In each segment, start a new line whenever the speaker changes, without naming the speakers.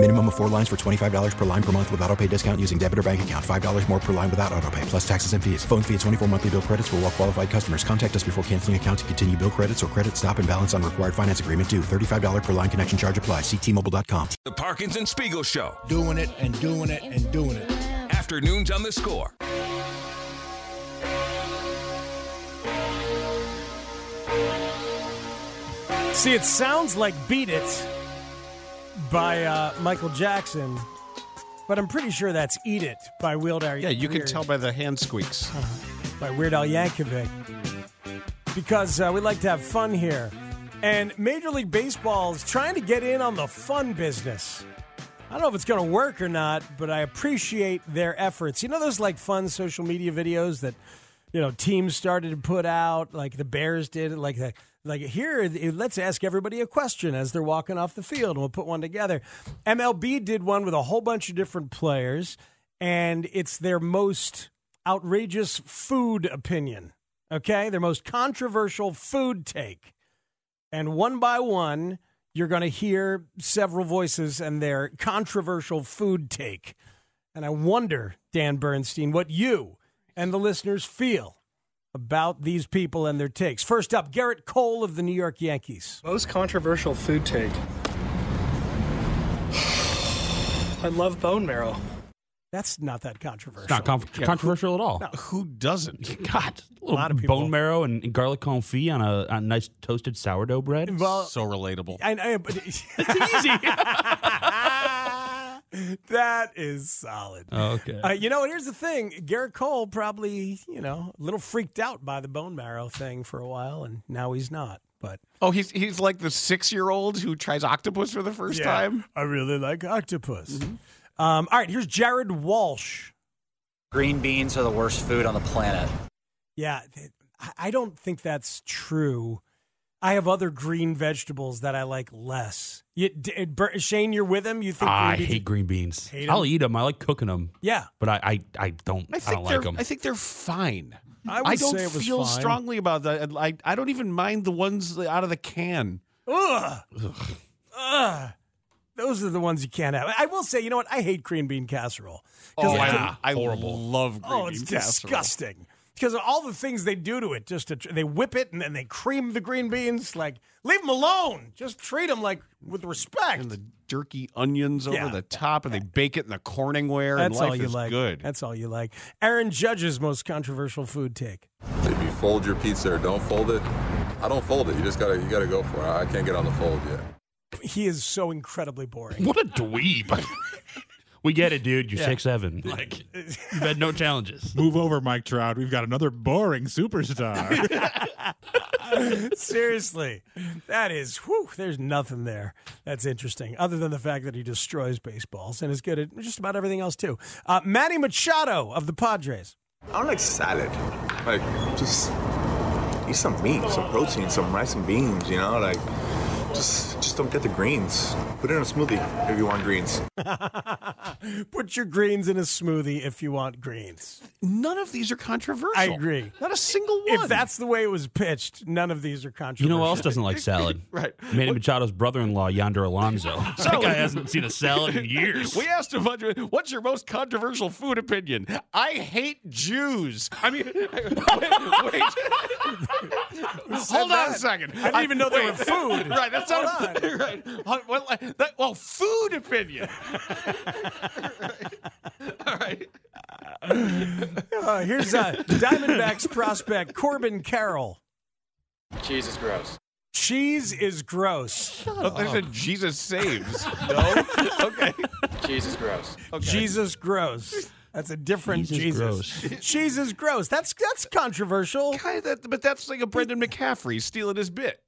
Minimum of four lines for $25 per line per month with auto pay discount using debit or bank account. $5 more per line without auto pay, plus taxes and fees. Phone fee at 24 monthly bill credits for all well qualified customers. Contact us before canceling account to continue bill credits or credit stop and balance on required finance agreement due. $35 per line connection charge apply. Ctmobile.com.
The Parkinson Spiegel Show.
Doing it and doing it and doing it.
Afternoons on the score.
See, it sounds like Beat It by uh, Michael Jackson, but I'm pretty sure that's Eat It by Weird Al
Yeah, you can
Weird-
tell by the hand squeaks.
by Weird Al Yankovic because uh, we like to have fun here. And Major League Baseball is trying to get in on the fun business. I don't know if it's going to work or not, but I appreciate their efforts. You know those like fun social media videos that you know teams started to put out, like the Bears did, like the, like here. Let's ask everybody a question as they're walking off the field, and we'll put one together. MLB did one with a whole bunch of different players, and it's their most outrageous food opinion. Okay, their most controversial food take. And one by one, you're going to hear several voices and their controversial food take. And I wonder, Dan Bernstein, what you and the listeners feel about these people and their takes. First up, Garrett Cole of the New York Yankees.
Most controversial food take. I love bone marrow.
That's not that controversial.
Not con- controversial at all.
Who doesn't?
God, a, little
lot of people-
bone marrow and, and garlic confit on a, on nice toasted sourdough bread.
well,
so relatable.
I, I, but easy. that is solid.
Oh,
Okay.
Uh, you know, here's the thing. Garrett Cole probably, you know, a little freaked out by the bone marrow thing for a while, and now he's not. But
Oh, he's he's like the six year old who tries octopus for the first time.
I really like octopus. Um, all right, here's Jared Walsh.
Green beans are the worst food on the planet.
Yeah, th- I- I don't think that's true. I have other green vegetables that I like less. You, d- Bert- Shane, you're with him. You think?
I
green beans-
hate green beans.
Hate 'em?
I'll eat them. I like cooking them,
Yeah,
but I I, I don't I,
I think
don't
they're
like them.
I think they're fine.
I would
don't
say it was
feel
fine.
strongly about that. I, I don't even mind the ones out of the can.
Ugh. Ugh. Those are the ones you can't have. I will say, you know what? I hate green bean casserole. 'Cause
Oh,
it-
I, I love green
oh, it's
bean casserole.
disgusting. Because of all the things they do to it, just to, tr- they whip it and then they cream the green beans. Like, leave them alone. Just treat them like with respect.
And the jerky onions
Yeah.
over the top, and they bake it in the Corningware. and
That's
life
all you
is
like.
good.
That's all you like. Aaron Judge's most controversial food take.
If you fold your pizza or don't fold it, I don't fold it. You just gotta you gotta go for it. I can't get on the fold yet.
He is so incredibly boring.
what a dweeb. we get it, dude. You're six seven. Like you've had no challenges.
Move over, Mike Trout. We've got another boring superstar.
Seriously, that is whew, There's nothing there that's interesting, other than the fact that he destroys baseballs and is good at just about everything else too. Uh, Manny Machado of the Padres.
I don't like salad. Like, just eat some meat, some protein, some rice and beans, you know? Like, just just don't get the greens. Put it in a smoothie if you want greens.
Put your greens in a smoothie if you want greens.
None of these are controversial.
I agree.
Not a single one.
If that's the way it was pitched, none of these are
You
controversial.
know who else doesn't like salad?
Right.
Manny Machado's brother-in-law, Yonder Alonso. that guy hasn't seen a salad in years.
We asked a bunch of, what's your most controversial food opinion? I hate Jews. I mean, wait. wait. Hold on a
that?
second.
I didn't even know there
wait.
were food.
right, that's not
Hold
a, right. Huh, What, like, that, well, food opinion. All right.
Uh, here's uh, Diamondbacks prospect Corbin Carroll.
Cheese is gross.
Cheese is gross.
They said Jesus saves. no? Okay.
Cheese is gross.
Jesus gross. That's a different
Jesus
Jesus. Jesus gross. That's that's controversial.
Kind of that, but that's like a Brendan McCaffrey stealing his bit.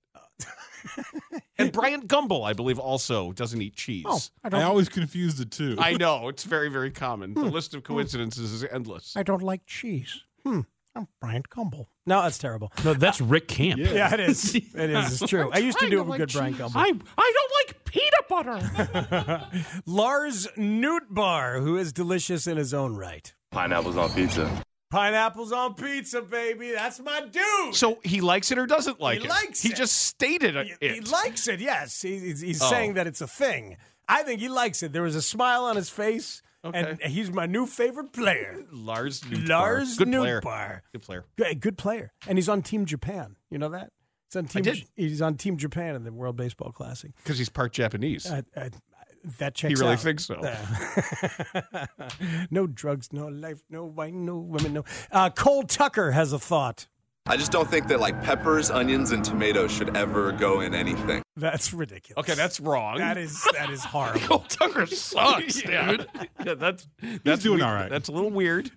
and Brian Gumble, I believe, also doesn't eat cheese.
Oh,
I always confuse the two.
I know it's very, very common. The list of coincidences is endless.
Hmm. I don't like cheese. Hmm. I'm Brian Gumble. No, that's terrible. Uh,
No, that's Rick Camp.
Yeah, it is. It is. It's true. I used to do a good Brian Gumble.
I I don't like
peanut butter.
Lars Newtbar, who is delicious in his own right.
Pineapples on pizza.
Pineapples on pizza, baby. That's my dude.
So he likes it or doesn't like
he
it.
Likes
he
it.
just stated it.
He, he likes it. Yes, He- he's, he's
Oh.
saying that it's a thing. I think he likes it. There was a smile on his face, and he's my new favorite player.
Lars Newtbar.
Lars
Good player.
Newtbar.
Good player.
Good, good player, and he's on Team Japan. You know that? He's on team,
did.
He's on Team Japan in the World Baseball Classic.
Because he's part Japanese.
Uh, uh, that checks.
really
out.
thinks so.
Yeah. no drugs, no life, no wine, no women, no. Uh, Cole Tucker has a thought.
I just don't think that like peppers, onions, and tomatoes should ever go in anything.
That's ridiculous.
Okay, that's wrong.
That is that is horrible. Cole
Oh, Tucker sucks, dude. Yeah, that's that's
doing
weird.
all right.
That's a little weird.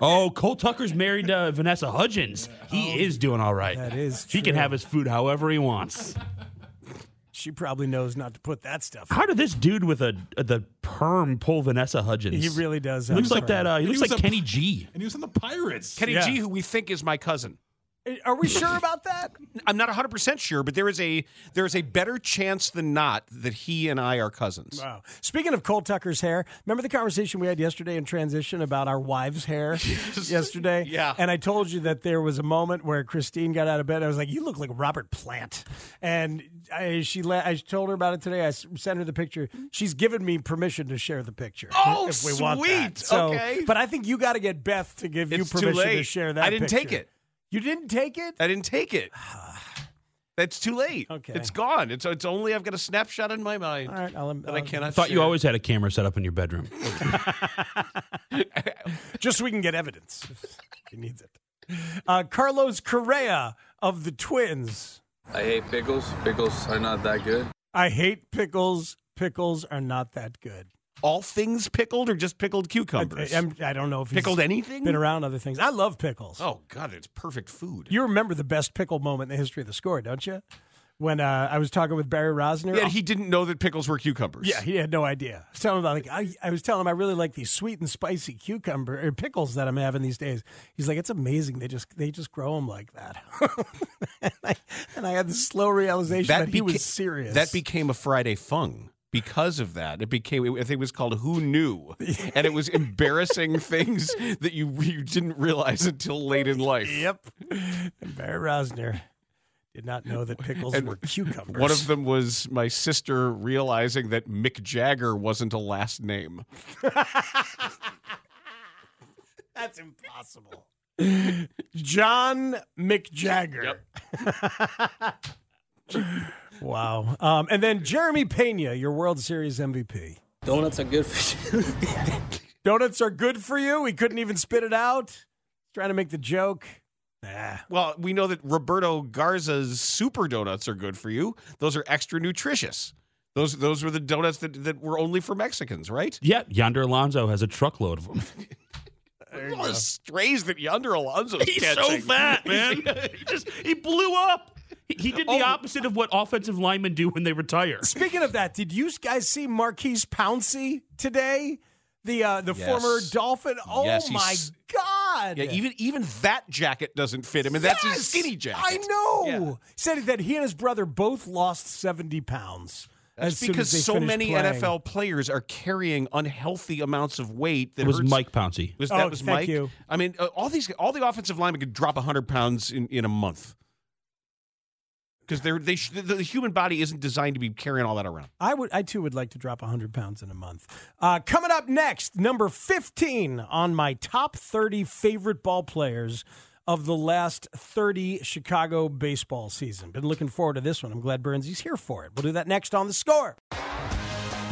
Oh, Cole Tucker's married to Vanessa Hudgens. He is doing all right. That
is.
He can
true.
have his food however he wants.
She probably knows not to put that stuff.
How did this dude with a the perm pull Vanessa Hudgens?
He really does
He
have
looks
a
like that.
perm.
Uh, he
And he
looks
was
like
a-
Kenny G.
And he was in the Pirates.
Kenny
Yeah.
G, who we think is my cousin.
Are we sure about that?
I'm not 100 percent sure, but there is a there is a better chance than not that he and I are cousins.
Wow. Speaking of Cole Tucker's hair, remember the conversation we had yesterday in transition about our wives' hair yesterday? Yeah. And I told you that there was a moment where Christine got out of bed. I was like, "You look like Robert Plant," and I, she la- I told her about it today. I s- sent her the picture. She's given me permission to share the picture.
Oh,
if we want
sweet.
that. So,
Okay.
But I think you got to get Beth to give
It's too
you permission to
late.
share that.
I didn't take
picture.
it.
You didn't take it.
I didn't take it. That's too late. Okay, it's gone. It's it's only I've got a snapshot in my mind. All
right, I'll,
that I cannot.
I thought you
share.
always had a camera set up in your bedroom.
just so we can get evidence. if He needs it. Uh, Carlos Correa of the Twins.
I hate pickles. Pickles are not that good.
I hate pickles. Pickles are not that good.
all things pickled or just pickled
I,
cucumbers.
I'm- I don't know if he's
Pickled anything?
Been around other things. I love pickles.
oh God, it's perfect food.
You remember the best pickle moment in the history of the score, don't you? When uh, I was talking with Barry Rosner.
Yeah, he didn't know that pickles were cucumbers.
Yeah, he had no idea. I was telling him about like I, I was telling him I really like these sweet and spicy cucumber or pickles that I'm having these days. He's like, it's amazing. They just they just grow them like that. and, I, and I had the slow realization that, he
beca-
was serious.
That became a Friday fung because of that. It became, I think it was called Who Knew? And it was embarrassing things that you, you didn't realize until late in life.
Yep. And Barry Rosner did not know that pickles
And
were cucumbers.
One of them was my sister realizing that Mick Jagger wasn't a last name.
That's impossible. John McJagger. wow. Um, and then Jeremy Pena, your World Series MVP.
Donuts are good for you.
Donuts are good for you. He couldn't even spit it out. Trying to make the joke. Nah.
Well, we know that Roberto Garza's super donuts are good for you. Those are extra nutritious. Those those were the donuts that, that were only for Mexicans, right?
Yep, Yonder Alonso has a truckload of them.
All the strays that Yonder Alonso's
He's so
catching.
fat, man. he just he blew up. He, he did the opposite of what offensive linemen do when they retire.
Speaking of that, did you guys see Marquise Pouncey today? The uh, the
Yes.
former Dolphin. Oh
Yes,
my
he's-
God!
Yeah, even even that jacket doesn't fit him, and that's his
Yes!
skinny jacket.
I know. Said that he and his brother both lost seventy pounds. as
That's
soon as
because
they
so
finished
many
playing.
NFL players are carrying unhealthy amounts of weight. That
It was
hurts-
Mike Pouncey.
Was, that
Oh,
was
thank
Mike?
you.
I mean, uh, all these all the offensive linemen could drop hundred pounds in, in a month because they're they sh- the, the human body isn't designed to be carrying all that around.
I would, I too would like to drop hundred pounds in a month. Uh, coming up next, number fifteen on my top thirty favorite ball players of the last thirty Chicago baseball season. Been looking forward to this one. I'm glad Bernsy's here for it. We'll do that next on the score.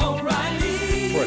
O'Reilly.
For a